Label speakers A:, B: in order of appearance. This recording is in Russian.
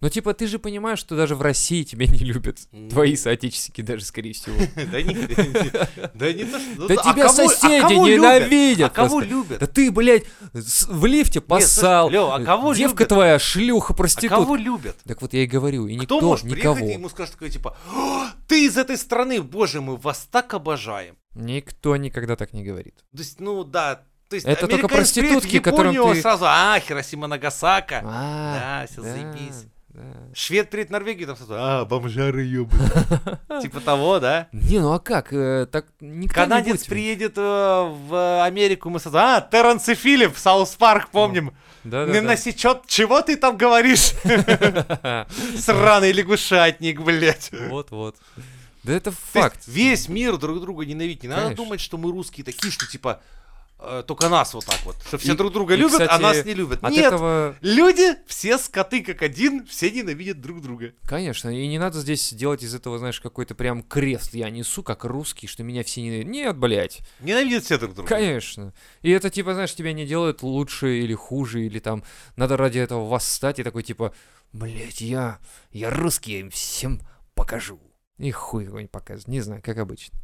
A: Ну, типа, ты же понимаешь, что даже в России тебя не любят.
B: Ну.
A: Твои соотечественники даже, скорее всего.
B: Да не, да не то, что- ну,
A: Да
B: а
A: тебя
B: кого- а
A: соседи
B: кого любят? А
A: ненавидят.
B: кого
A: просто.
B: любят? А
A: Да ты, блядь, с- в лифте поссал.
B: слушай, Лёва, а кого
A: Девка
B: любят?
A: твоя шлюха,
B: А
A: проститутка.
B: кого любят?
A: Так вот я и говорю, и никто,
B: Кто может
A: никого.
B: приехать и ему скажет такое, типа, «О, ты из этой страны, боже, мы вас так обожаем.
A: Никто никогда так не говорит.
B: То есть, ну да, то есть
A: Это только
B: американец приедет в
A: проститутки, которым
B: Японию,
A: ты-
B: сразу, а, Хиросима, Нагасака.
A: А,
B: Да, все, заебись.
A: да.
B: Швед приедет в Норвегию, там сразу, а, бомжары, ёбаные. Типа того, да?
A: Не, ну а как? э, Так никто
B: Канадец приедет э, в Америку, мы сразу, а, Терренс и Филипп, Саус Парк, помним.
A: Да,
B: Не насечет, чего ты там говоришь? Сраный лягушатник, блядь.
A: Вот, вот. Да это
B: То есть
A: факт.
B: Весь мир друг друга ненавидит. Не надо
A: Конечно.
B: думать, что мы русские такие, что типа э, только нас вот так вот. Что все
A: И-
B: друг друга
A: и,
B: любят, а
A: кстати,
B: нас не любят.
A: От
B: Нет,
A: этого,
B: люди все скоты как один, все ненавидят друг друга.
A: конечно, и не надо здесь делать из этого, знаешь, какой-то прям крест я несу, как русский, что меня все ненавидят. Нет, блядь,
B: Ненавидят все друг друга.
A: конечно. И это типа, знаешь, тебя не делают лучше или хуже, или там надо ради этого восстать и такой типа, блядь, я, я русский, я им всем покажу. И хуй его не показывает, не знаю, как обычно.